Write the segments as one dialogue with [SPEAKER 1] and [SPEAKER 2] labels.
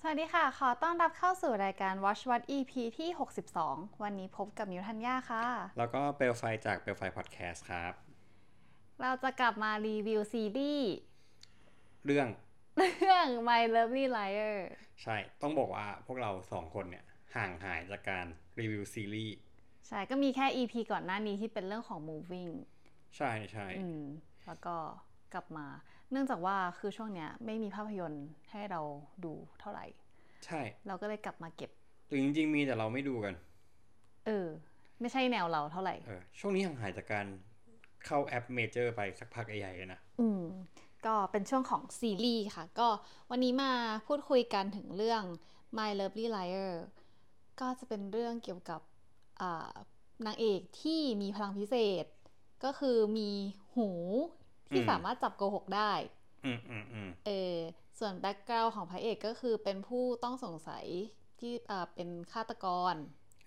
[SPEAKER 1] สวัสดีค่ะ ขอต้อนรับเข้าสู่รายการ Watch What EP ที่ 62 วันนี้พบกับมิวทัญญาค่ะ
[SPEAKER 2] แล้วก็เปลวไฟจากเปลวไฟพอดแคสต์ครับ
[SPEAKER 1] เราจะกลับมารีวิวซีรีส์
[SPEAKER 2] เรื่อง
[SPEAKER 1] เรื่อง My Lovely Liar
[SPEAKER 2] ใช่ต้องบอกว่าพวกเราสองคนเนี่ยห่างหายจากการรีวิวซีรีส์
[SPEAKER 1] ใช่ก็มีแค่ EP ก่อนหน้านี้ที่เป็นเรื่องของ Moving
[SPEAKER 2] ใช่ใช่
[SPEAKER 1] อืมแล้วก็กลับมา เนื่องจากว่าคือช่วงเนี้ยไม่มีภาพยนตร์ให้เราดูเท่าไหร่
[SPEAKER 2] ใช่
[SPEAKER 1] เราก็เลยกลับมาเก็บ
[SPEAKER 2] หรือจริงๆมีแต่เราไม่ดูกัน
[SPEAKER 1] เออ ไม่ใช่แนวเราเท่าไหร่
[SPEAKER 2] เออช่วงนี้ห่างหายจากการเข้าแอปเมเจอร์ไปสักพักใหญ่ๆเลยนะ
[SPEAKER 1] อืม ก็เป็นช่วงของซีรีส์ค่ะ ก็วันนี้มาพูดคุยกันถึงเรื่อง My Lovely Liar ก็จะเป็นเรื่องเกี่ยวกับอ่านางเอกที่มีพลังพิเศษ ก็คือมีหูที่
[SPEAKER 2] อืม
[SPEAKER 1] สามารถจับโกหกได้
[SPEAKER 2] อืมอืมอืม
[SPEAKER 1] เออส่วนแบ็กกราวของพระเอกก็คือเป็นผู้ต้องสงสัยที่อ่าเป็นฆาตกร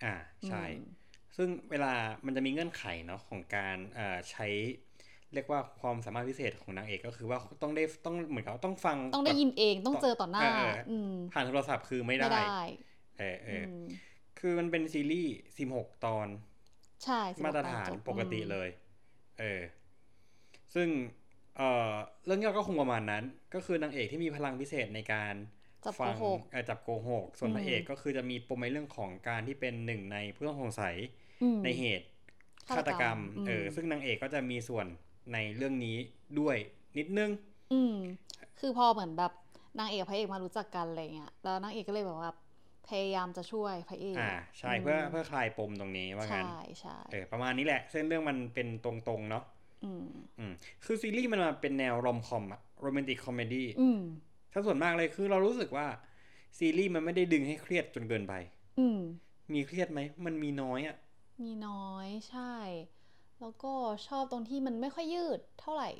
[SPEAKER 2] อ่าใช่
[SPEAKER 1] อืม
[SPEAKER 2] ซึ่งเวลามันจะมีเงื่อนไขเนาะของการเอ่อใช้ เรียกว่าความสามารถพิเศษของนางเอกก็คือว่าต้องได้ต้องเหมือนกับว่าต้องฟัง
[SPEAKER 1] ต้องได้ยินเองต้องเจอต่อหน้า
[SPEAKER 2] เออ
[SPEAKER 1] อืม
[SPEAKER 2] ผ่านโทรศัพท์คือไม่ได้เออเอออ
[SPEAKER 1] ม
[SPEAKER 2] คือมันเป็นซีรีส์ 16 ตอน
[SPEAKER 1] ใช่
[SPEAKER 2] มาตรฐาน
[SPEAKER 1] จบ
[SPEAKER 2] ปกติ
[SPEAKER 1] อืม
[SPEAKER 2] เลย เออ ซึ่ง เอ่อ เรื่องย่อก็คงประมาณนั้น ก็คือนางเอกที่มีพลังพิเศษในการ
[SPEAKER 1] จับโก
[SPEAKER 2] ฟัง
[SPEAKER 1] หก
[SPEAKER 2] เอ่อจับโกหก ส่วนพระเอกก็คือจะมีปมในเรื่องของการที่เป็นหนึ่งในผู้ต้องสงสัย
[SPEAKER 1] อืม
[SPEAKER 2] ในเหตุ
[SPEAKER 1] ฆา
[SPEAKER 2] ฆา
[SPEAKER 1] ต
[SPEAKER 2] ต
[SPEAKER 1] ก
[SPEAKER 2] ก
[SPEAKER 1] ร
[SPEAKER 2] ร
[SPEAKER 1] ร
[SPEAKER 2] ร
[SPEAKER 1] ม
[SPEAKER 2] ม
[SPEAKER 1] อืม
[SPEAKER 2] เออ ซึ่งนางเอกก็จะมีส่วนในเรื่องนี้ด้วยนิดนึง
[SPEAKER 1] อืม คือพอเหมือนแบบนางเอกกับพระเอกมารู้จักกันอะไรเงี้ย แล้วนางเอกก็เลยแบบว่าพยายามจะช่วยพระเอก
[SPEAKER 2] อ่า ใช่ เพื่อเพื่อคลายปมตรงนี้ว่างั้น
[SPEAKER 1] ใช่ใช่
[SPEAKER 2] เออ ประมาณนี้แหละ เส้นเรื่องมันเป็นตรงๆเนาะ
[SPEAKER 1] อืม
[SPEAKER 2] อืมคือซีรีส์มันมาเป็นแนวรอมคอมอะโรแมนติกคอมเมดี้
[SPEAKER 1] อืม
[SPEAKER 2] ถ้าส่วนมากเลยคือเรารู้สึกว่า ซีรีส์มันไม่ได้ดึงให้เครียดจนเกินไป
[SPEAKER 1] อืม
[SPEAKER 2] มีเครียดไหม มันมีน้อยอะ
[SPEAKER 1] มีน้อยใช่ แล้วก็ชอบตรงที่มันไม่ค่อยยืดเท่าไหร่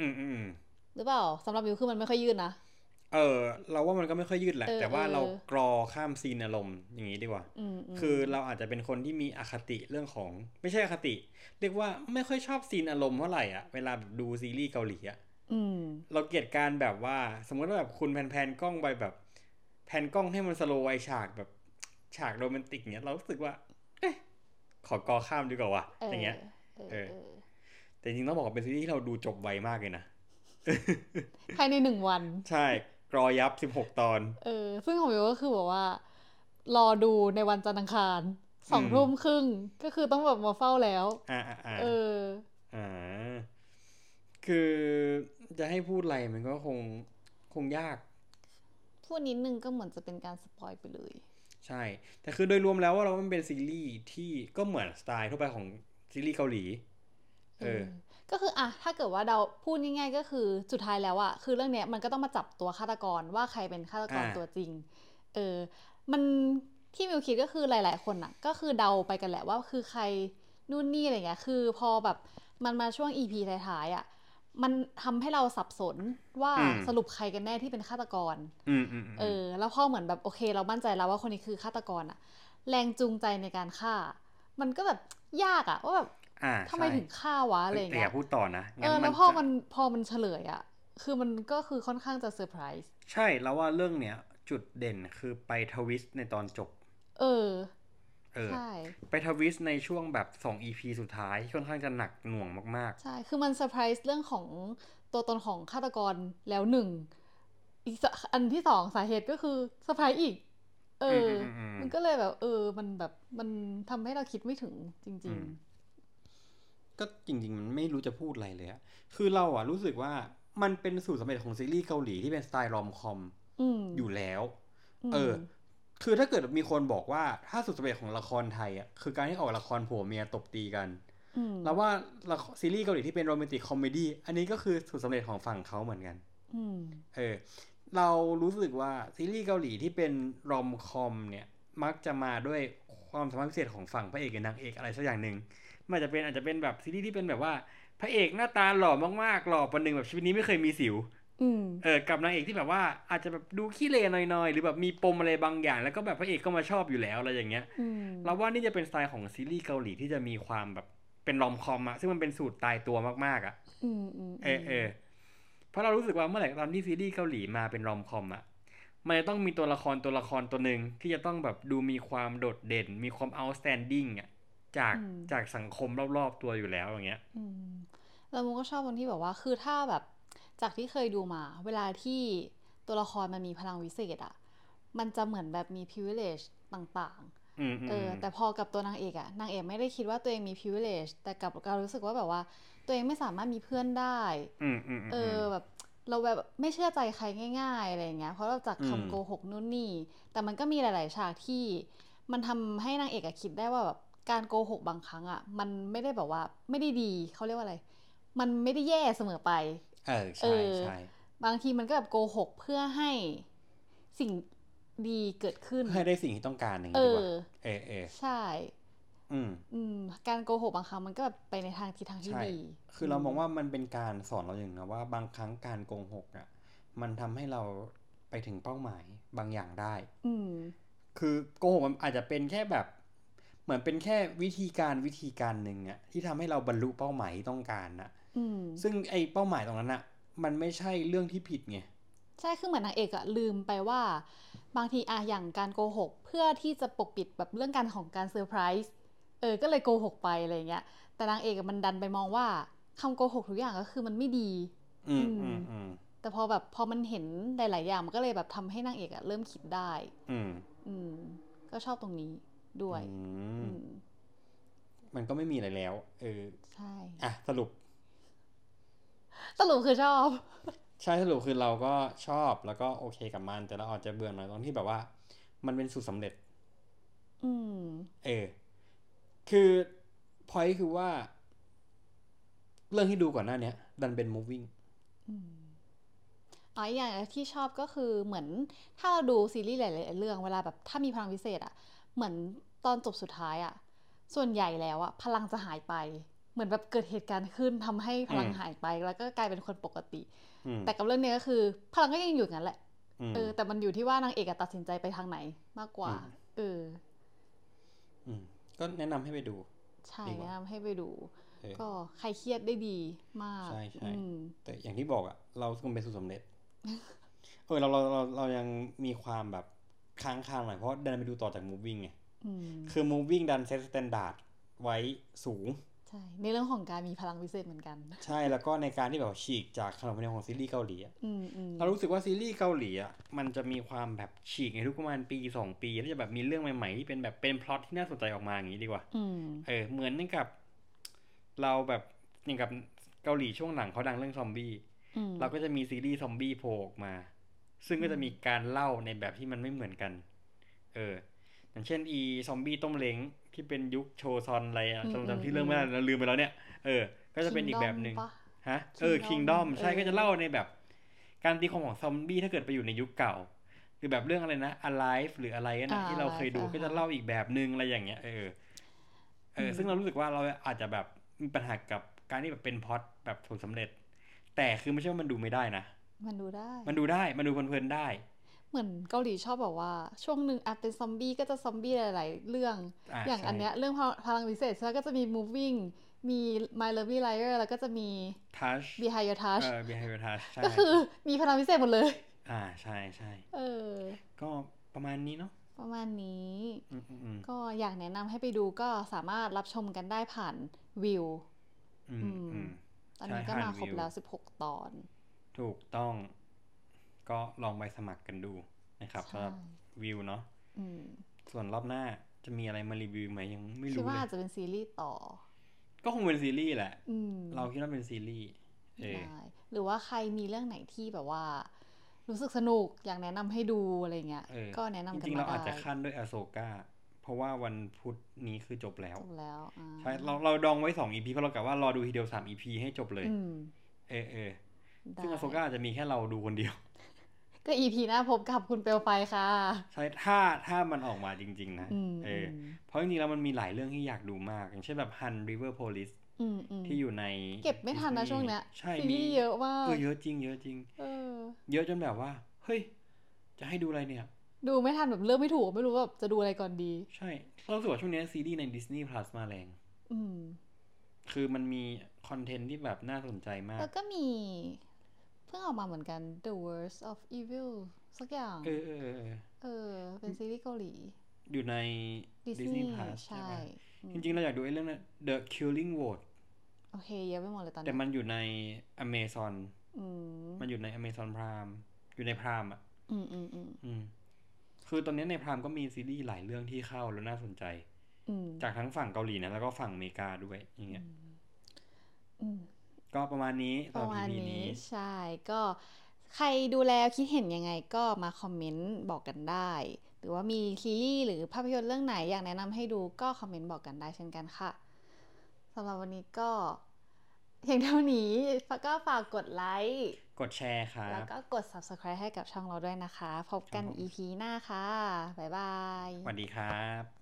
[SPEAKER 2] อืมอืมอืม
[SPEAKER 1] หรือเปล่าสำหรับวิวคือมันไม่ค่อยยืดนะ
[SPEAKER 2] เออ เราว่ามันก็ไม่ค่อยยืดแหละ
[SPEAKER 1] เออ
[SPEAKER 2] แต่ว่า
[SPEAKER 1] เออ
[SPEAKER 2] เรากรอข้ามซีนอารมณ์อย่างนี้ดีกว่า
[SPEAKER 1] อืมอืม
[SPEAKER 2] คือเราอาจจะเป็นคนที่มีอคติเรื่องของ ไม่ใช่อคติ เรียกว่าไม่ค่อยชอบซีนอารมณ์เท่าไหร่อ่ะเวลาแบบดูซีรีส์เกาหลีอ่ะ
[SPEAKER 1] อืม
[SPEAKER 2] เราเกลียดการแบบว่า สมมติว่าแบบคุณแพนๆกล้องไปแบบแพนกล้องให้มันสโลว์ไอฉากแบบฉากโรแมนติกเนี้ยเรารู้สึกว่า เอ๊ะขอกอข้ามดีกว่าวะ
[SPEAKER 1] เออ
[SPEAKER 2] อ
[SPEAKER 1] อย่าง
[SPEAKER 2] เงี้ย
[SPEAKER 1] เออ
[SPEAKER 2] เออ
[SPEAKER 1] เออ
[SPEAKER 2] แต่จริงๆต้องบอกว่าเป็นซีรีส์ที่เราดูจบไวมากเลยนะ
[SPEAKER 1] ภายในหนึ่งวัน
[SPEAKER 2] ใช่กรอยับ 16 ตอน
[SPEAKER 1] เออ ซึ่งของวิวก็คือแบบว่า รอดูในวันจันทร์อังคารสอง
[SPEAKER 2] อืม
[SPEAKER 1] ทุ่มครึ่ง ก็คือต้องแบบมาเฝ้าแล้ว
[SPEAKER 2] อ่าอ่าอ่า
[SPEAKER 1] เออ
[SPEAKER 2] อ่าคือจะให้พูดอะไรมันก็คงคงยาก
[SPEAKER 1] พูดนิดนึงก็เหมือนจะเป็นการสปอยไปเลย
[SPEAKER 2] ใช่ แต่คือโดยรวมแล้วว่าเราว่ามันเป็นซีรีส์ที่ก็เหมือนสไตล์ทั่วไปของซีรีส์เกาหลี เออ
[SPEAKER 1] ก็คืออ่ะถ้าเกิดว่าเราพูดง่ายๆก็คือสุดท้ายแล้วอะคือเรื่องเนี้ยมันก็ต้องมาจับตัวฆาตกรว่าใครเป็นฆาตกร
[SPEAKER 2] อ่า
[SPEAKER 1] ตัวจริง เออ มันที่มิวคิดก็คือหลาย ๆ คนอะก็คือเดาไปกันแหละว่าคือใครนู่นนี่อะไรเงี้ย คือพอแบบมันมาช่วง EP ท้ายๆอะมันทำให้เราสับสนว่าสรุปใครกันแน่ที่เป็นฆาตกร
[SPEAKER 2] อืมอืมม
[SPEAKER 1] เออ แล้วพอเหมือนแบบโอเค เรามั่นใจแล้วว่าคนนี้คือฆาตกรอะแรงจูงใจในการฆ่า มันก็แบบยากอะว่าแบบ
[SPEAKER 2] อ่า
[SPEAKER 1] ทำไม
[SPEAKER 2] ใช่
[SPEAKER 1] ถึงฆ่าวะอะไรอย่าง
[SPEAKER 2] แต่
[SPEAKER 1] เงี้
[SPEAKER 2] อย ย่าพูดต่อนะ
[SPEAKER 1] เอ
[SPEAKER 2] งั้
[SPEAKER 1] อ
[SPEAKER 2] น
[SPEAKER 1] แล้วพอ
[SPEAKER 2] จะ
[SPEAKER 1] มันพอมันเฉลยอะคือมันก็คือค่อนข้างจะเซอร์ไพรส์
[SPEAKER 2] ใช่แล้วว่าเรื่องเนี้ย จุดเด่นคือไปทวิสต์ในตอนจบ
[SPEAKER 1] เออ
[SPEAKER 2] เออ
[SPEAKER 1] ใช่
[SPEAKER 2] ไปทวิสต์ในช่วงแบบ2 EP สุดท้ายที่ค่อนข้างจะหนักหน่วงมาก
[SPEAKER 1] ใช่ คือมันเซอร์ไพรส์เรื่องของตัวตนของฆาตกรแล้วหนึ่ง อีกสอันที่สองสาเหตุก็คือเซอร์ไพรส์อีก เออ
[SPEAKER 2] มอืมอืมอืม
[SPEAKER 1] มันก็เลยแบบ เออ มันแบบ มันทำให้เราคิดไม่ถึงจริง
[SPEAKER 2] ๆ ก็จริงๆ มันไม่รู้จะพูดอะไรเลยอะคือเราอะรู้สึกว่ามันเป็นสูตรสำเร็จของซีรีส์เกาหลีที่เป็นสไตล์รอมคอม
[SPEAKER 1] ๆ อืม
[SPEAKER 2] อยู่แล้ว
[SPEAKER 1] ม
[SPEAKER 2] เออ คือถ้าเกิดมีคนบอกว่าถ้าสูตรสำเร็จของละครไทยอะคือการที่ออกละครผัวเมียตบตีกัน
[SPEAKER 1] ม
[SPEAKER 2] แล้วว่าละครซีรีส์เกาหลีที่เป็นโรแมนติกคอมเมดี้อันนี้ก็คือสูตรสำเร็จของฝั่งเขาเหมือนกัน
[SPEAKER 1] อืม
[SPEAKER 2] เออเรารู้สึกว่าซีรีส์เกาหลีที่เป็นรอมคอมเนี่ย มักจะมาด้วยความสามารถพิเศษของฝั่งพระเอกกับนางเอกอะไรสักอย่างหนึ่งมันอาจจะเป็นอาจจะเป็นแบบซีรีส์ที่เป็นแบบว่า พระเอกหน้าตาหล่อมากๆหล่อประหนึ่งแบบชีวิตนี้ไม่เคยมีสิว
[SPEAKER 1] อืม
[SPEAKER 2] เออกับนางเอกที่แบบว่าอาจจะแบบดูขี้เลนหน่อยๆ หรือแบบมีปมอะไรบางอย่าง แล้วก็แบบพระเอกก็มาชอบอยู่แล้วอะไรอย่างเงี้ย
[SPEAKER 1] อืม
[SPEAKER 2] เราว่านี่จะเป็นสไตล์ของซีรีส์เกาหลีที่จะมีความแบบเป็นรอมคอมอะซึ่งมันเป็นสูตรตายตัวมากๆอะ
[SPEAKER 1] อืมอืม
[SPEAKER 2] เออเออเพราะเรารู้สึกว่าเมื่อไหร่ก็ตามที่ซีรีส์เกาหลีมาเป็นรอมคอมอะ มันจะต้องมีตัวละครตัวละครตัวหนึ่งที่จะต้องแบบดูมีความโดดเด่น มีความ outstanding อ่ะจาก
[SPEAKER 1] อืม
[SPEAKER 2] จากสังคมรอบๆตัวอยู่แล้วอย่างเงี้ย
[SPEAKER 1] อืมแล้วมุกก็ชอบตรงที่แบบว่าคือถ้าแบบจากที่เคยดูมา เวลาที่ตัวละครมันมีพลังวิเศษอะมันจะเหมือนแบบมี privilege ต่าง
[SPEAKER 2] อืม
[SPEAKER 1] ๆเออ
[SPEAKER 2] ม
[SPEAKER 1] แต่พอกับตัวนางเอกอะนางเอกไม่ได้คิดว่าตัวเองมี privilege แต่กลับการรู้สึกว่าแบบว่า ตัวเองไม่สามารถมีเพื่อนได้
[SPEAKER 2] อืมอืมม
[SPEAKER 1] เออแบบเราแบบไม่เชื่อใจใครง่าย ๆอะไรอย่างเงี้ยเพราะเราจาก
[SPEAKER 2] อืม
[SPEAKER 1] คำโกหกนู่นนี่ แต่มันก็มีหลาย ๆ ฉากที่มันทำให้นางเอกอะคิดได้ว่าแบบการโกหกบางครั้งอะมันไม่ได้แบบว่าไม่ได้ดีเขาเรียกว่าอะไร มันไม่ได้แย่เสมอไป
[SPEAKER 2] เออ
[SPEAKER 1] เอ
[SPEAKER 2] ใช่
[SPEAKER 1] อ
[SPEAKER 2] ใช่
[SPEAKER 1] บางทีมันก็แบบโกหกเพื่อให้สิ่งดีเกิดขึ้น
[SPEAKER 2] เพื่อให้ได้สิ่งที่ต้องการอย่าง
[SPEAKER 1] เอ
[SPEAKER 2] นี้ดีกว่า
[SPEAKER 1] อ
[SPEAKER 2] เออเออ
[SPEAKER 1] ใช่
[SPEAKER 2] อืม
[SPEAKER 1] อืมการโกหกบางครั้งมันก็แบบไปในทางทิศทางที่
[SPEAKER 2] ใช่
[SPEAKER 1] ดี
[SPEAKER 2] คือเรามองว่ามันเป็นการสอนเราอย่างหนะว่าบางครั้งการโกงหกอ่ะมันทำให้เราไปถึงเป้าหมายบางอย่างได้
[SPEAKER 1] อืม
[SPEAKER 2] คือโกหกมันอาจจะเป็นแค่แบบ เหมือนเป็นแค่วิธีการวิธีการหนึ่งอ่ะที่ทำให้เราบรรลุเป้าหมายที่ต้องการน่ะ
[SPEAKER 1] อืม
[SPEAKER 2] ซึ่งไอ้เป้าหมายตรงนั้นอ่ะมันไม่ใช่เรื่องที่ผิดไง
[SPEAKER 1] ใช่ คือเหมือนนางเอกอะลืมไปว่า บางทีอะอย่างการโกหก เพื่อที่จะปกปิดแบบเรื่องการของการเซอร์ไพรส์ เออ ก็เลยโกหกไปอะไรเงี้ย แต่นางเอกอะมันดันไปมองว่าคำโกหกทุกอย่างก็คือมันไม่ดี
[SPEAKER 2] อืม
[SPEAKER 1] อื
[SPEAKER 2] อื
[SPEAKER 1] ม
[SPEAKER 2] มอืม
[SPEAKER 1] แต่พอแบบพอมันเห็นหลายๆอย่างมันก็เลยแบบทำให้นางเอกอะเริ่มคิดได้
[SPEAKER 2] อืม
[SPEAKER 1] อืม ก็ชอบตรงนี้ด้วย
[SPEAKER 2] อื
[SPEAKER 1] อื
[SPEAKER 2] ม
[SPEAKER 1] ม
[SPEAKER 2] มันก็ไม่มีอะไรแล้ว เออ
[SPEAKER 1] ใช่
[SPEAKER 2] อ่ะสรุป
[SPEAKER 1] สรุปคือชอบ
[SPEAKER 2] ใช่สรุปคือเราก็ชอบแล้วก็โอเคกับมัน แต่เราอาจจะเบื่อหน่อยตรงที่แบบว่า มันเป็นสูตรสำเร็จ
[SPEAKER 1] อืม
[SPEAKER 2] เออ คือพอยคือว่า เรื่องที่ดูก่อนหน้าเนี้ยดันเป็น moving
[SPEAKER 1] อืมอ๋ออีกอย่างที่ชอบก็คือเหมือนถ้าเราดูซีรีส์หลายๆเรื่องเวลาแบบถ้ามีพลังพิเศษอะเหมือนตอนจบสุดท้ายอะส่วนใหญ่แล้วอะพลังจะหายไป เหมือนแบบเกิดเหตุการณ์ขึ้นทำให้พลัง
[SPEAKER 2] อืม
[SPEAKER 1] หายไปแล้วก็กลายเป็นคนปกติ
[SPEAKER 2] อืม
[SPEAKER 1] แต่กับเรื่องเนี้ยก็คือ พลังก็ยังอยู่อย่างนั้นแหละ
[SPEAKER 2] อืม
[SPEAKER 1] เออแต่มันอยู่ที่ว่านางเอกอะตัดสินใจไปทางไหนมากกว่า
[SPEAKER 2] อืม
[SPEAKER 1] เออ
[SPEAKER 2] อืมก็แนะนำให้ไปดู
[SPEAKER 1] ใช่
[SPEAKER 2] ดีกว่า
[SPEAKER 1] แนะนำให้ไปดู
[SPEAKER 2] เออ
[SPEAKER 1] ก็ใครเครียดได้ดีมาก
[SPEAKER 2] ใช่ใช่
[SPEAKER 1] อืม
[SPEAKER 2] แต่อย่างที่บอกอะเราคงเป็นสูตรสำ เร็จ เออเราเราเราเรายังมีความแบบค้างคาหน่อยเพราะดันไปดูต่อจาก moving ไง
[SPEAKER 1] อืม
[SPEAKER 2] คือ moving ดันเซต s t ต n d า r d ไว้สูง
[SPEAKER 1] ใช่ในเรื่องของการมีพลังพิเศษเหมือนกัน
[SPEAKER 2] ใช่แล้วก็ในการที่แบบว่าฉีกจากขนบธรรมเนียมของซีรีส์เกาหลีอะ
[SPEAKER 1] อืมอืม
[SPEAKER 2] เรารู้สึกว่าซีรีส์เกาหลีอ่ะมันจะมีความแบบฉีกในทุกประมาณปีสองปี แล้วจะแบบมีเรื่องใหม่ๆที่เป็นแบบเป็นพล็อตที่น่าสนใจออกมาอย่างนี้ดีกว่า
[SPEAKER 1] อืม
[SPEAKER 2] เออเหมือนกับ เราแบบอย่างกับเกาหลีช่วงหลังเขาดังเรื่องซอมบี้
[SPEAKER 1] อืม
[SPEAKER 2] เราก็จะมีซีรีส์ซอมบี้โผล่ออกมา ซึ่งก็จะมีการเล่าในแบบที่มันไม่เหมือนกัน เออ อย่างเช่นอีซอมบี้ต้มเล้งที่เป็นยุคโชซอนอะไรอะจำจำที่อเรื่องไม่ได้เราลืมไปแล้วเนี่ยเออก็จะเป็นอีกแบบหนึ่ง
[SPEAKER 1] คิดอมปะ
[SPEAKER 2] ฮะเออ คิงดอ
[SPEAKER 1] Kingdom
[SPEAKER 2] มใช่
[SPEAKER 1] เออ
[SPEAKER 2] ก็จะเล่าในแบบ การตีความของซอมบี้ถ้าเกิดไปอยู่ในยุคเก่า หรือแบบเรื่องอะไรนะ alive หรืออะไรนะ
[SPEAKER 1] อ่า
[SPEAKER 2] ที่เราเคยดู
[SPEAKER 1] Alive
[SPEAKER 2] ก็จะเล่าอีกแบบนึงอะไรอย่างเงี้ยเออเออ
[SPEAKER 1] ม
[SPEAKER 2] ซึ่งเรารู้สึกว่าเราอาจจะแบบมีปัญหากับการที่แบบเป็นพล็อตแบบผลสำเร็จ แต่คือไม่ใช่ว่ามันดูไม่ได้นะ
[SPEAKER 1] มันดูได้
[SPEAKER 2] มันดูได้มันดูเพลินๆได้
[SPEAKER 1] เหมือนเกาหลีชอบแบบว่า ช่วงหนึ่งอ่ะเป็นซอมบี้ก็จะซอมบี้หลาย ๆ เรื่อง
[SPEAKER 2] อ่า
[SPEAKER 1] อย่าง
[SPEAKER 2] ใช่
[SPEAKER 1] อันเนี้ยเรื่องพลังวิเศษแล้วก็จะมี moving มี my lovely liar แล้วก็จะมี
[SPEAKER 2] ทัช
[SPEAKER 1] behind your
[SPEAKER 2] เอ
[SPEAKER 1] touch
[SPEAKER 2] อ behavior touch ใช่
[SPEAKER 1] ก็คือมีพลังวิเศษหมดเลย
[SPEAKER 2] อ่าใช่ใช่
[SPEAKER 1] เออ
[SPEAKER 2] ก็ประมาณนี้เนาะ
[SPEAKER 1] ประมาณนี้
[SPEAKER 2] อืมอืมอืม
[SPEAKER 1] ก็อยากแนะนำให้ไปดูก็สามารถรับชมกันได้ผ่านวิว
[SPEAKER 2] อืมอืม
[SPEAKER 1] ตอนนี้
[SPEAKER 2] ใช่ผ่าม
[SPEAKER 1] ก็าน ครบ
[SPEAKER 2] วิว
[SPEAKER 1] แล้ว 16 ตอน
[SPEAKER 2] ถูกต้องก็ลองไปสมัครกันดูนะครับสำ
[SPEAKER 1] ใช่
[SPEAKER 2] หรับวิวเนาะ
[SPEAKER 1] อืม
[SPEAKER 2] ส่วนรอบหน้าจะมีอะไรมารีวิวไหมยังไม่
[SPEAKER 1] คิด
[SPEAKER 2] รู้เล
[SPEAKER 1] ว่าอาจ
[SPEAKER 2] ย
[SPEAKER 1] จะเป็นซีรีส์ต่อ
[SPEAKER 2] ก็คงเป็นซีรีส์แหละ
[SPEAKER 1] อืม
[SPEAKER 2] เราคิดว่าเป็นซีรีส์เออ
[SPEAKER 1] ได้หรือว่าใครมีเรื่องไหนที่แบบว่า รู้สึกสนุกอยากแนะนำให้ดูอะไรเงี้ย
[SPEAKER 2] เออ
[SPEAKER 1] ก็แนะนำ
[SPEAKER 2] จ
[SPEAKER 1] กัน
[SPEAKER 2] ริง
[SPEAKER 1] มา
[SPEAKER 2] ๆเราอาจ
[SPEAKER 1] ได้
[SPEAKER 2] จะขั้นด้วยอโศกาเพราะว่าวันพุธนี้คือจบแล้ว
[SPEAKER 1] จบแล้วอ่า
[SPEAKER 2] ใช่เราเราดองไว้สองอีพีเพราะเรากะว่ารอดูทีเดียวสามอีพีให้จบเลย
[SPEAKER 1] อืม
[SPEAKER 2] เออเออ
[SPEAKER 1] ได้
[SPEAKER 2] ซึ่งอโศกาจะมีแค่เราดูคนเดียว
[SPEAKER 1] ก็อีพีหน้าพบกับคุณเปลวไฟค่ะ
[SPEAKER 2] ใช่ถ้าถ้ามันออกมาจริง ๆ นะ
[SPEAKER 1] อืม
[SPEAKER 2] เอ
[SPEAKER 1] อื
[SPEAKER 2] อ
[SPEAKER 1] ม
[SPEAKER 2] เพราะจริงๆแล้วมันมีหลายเรื่องที่อยากดูมาก อย่างเช่นแบบ Hun River Police
[SPEAKER 1] อืมอืม
[SPEAKER 2] ที่อยู่ใน
[SPEAKER 1] เก็บไม่ทันนะ
[SPEAKER 2] Disney
[SPEAKER 1] ช่วงเนี้ย
[SPEAKER 2] ใช่
[SPEAKER 1] ซี
[SPEAKER 2] มี
[SPEAKER 1] รีส์เยอะมา
[SPEAKER 2] เอก อเยอะจริง เยอะจริง
[SPEAKER 1] เออ
[SPEAKER 2] เยอะจนแบบว่า เฮ้ย จะให้ดูอะไรเนี่ย
[SPEAKER 1] ดูไม่ทันแบบเลือกไม่ถูกไม่รู้ว่าแบบจะดูอะไรก่อนดี
[SPEAKER 2] ใช่เรารู้สึกว่าช่วงเนี้ยซีรีส์ใน Disney Plus มาแรง
[SPEAKER 1] อืม
[SPEAKER 2] คือมันมีคอนเทนต์ที่แบบน่าสนใจมาก
[SPEAKER 1] แล้วก็มี พิ่งออกมาเหมือนกัน The Worst of Evil สักอย่าง
[SPEAKER 2] เออเออเออเออ
[SPEAKER 1] เออเป็นซีรีส์เกาหลี
[SPEAKER 2] อยู่ใน
[SPEAKER 1] Disney
[SPEAKER 2] Disney Plus ใช่
[SPEAKER 1] ใช่
[SPEAKER 2] ปะ
[SPEAKER 1] อืม
[SPEAKER 2] จริงๆ เราอยากดูไอ้เรื่องนั้น The Killing World
[SPEAKER 1] โอเคเยอะไปหมดเลยตอน
[SPEAKER 2] แต่
[SPEAKER 1] นี้
[SPEAKER 2] มันอยู่ใน Amazon
[SPEAKER 1] อืม
[SPEAKER 2] มันอยู่ใน Amazon Prime อยู่ใน Prime อ่ะ
[SPEAKER 1] อืมอืมอืม
[SPEAKER 2] อืม คือตอนนี้ใน Prime ก็มีซีรีส์หลายเรื่องที่เข้าแล้วน่าสนใจ
[SPEAKER 1] อืม
[SPEAKER 2] จากทั้งฝั่งเกาหลีนะ แล้วก็ฝั่งอเมริกาด้วยอย่างเงี้ย
[SPEAKER 1] อืม
[SPEAKER 2] ก็ประมาณนี้
[SPEAKER 1] ป
[SPEAKER 2] สำห
[SPEAKER 1] ระมา
[SPEAKER 2] รับ
[SPEAKER 1] ณ
[SPEAKER 2] EP
[SPEAKER 1] นี้
[SPEAKER 2] นี้
[SPEAKER 1] ใช่ก็ใครดูแล้วคิดเห็นยังไงก็มาคอมเมนต์บอกกันได้ หรือว่ามีซีรีส์หรือภาพยนตร์เรื่องไหนอยากแนะนำให้ดูก็คอมเมนต์บอกกันได้เช่นกันค่ะสำหรับวันนี้ก็เพียงเท่านี้ก็ฝากกดไลค์
[SPEAKER 2] กดแชร์ครั
[SPEAKER 1] แล้ว
[SPEAKER 2] บ
[SPEAKER 1] ก็กด subscribe ให้กับช่องเราด้วยนะคะ พบกัน
[SPEAKER 2] ครับผม
[SPEAKER 1] EP หน้าค่ะ บ๊ายบาย
[SPEAKER 2] สวัสดีครับ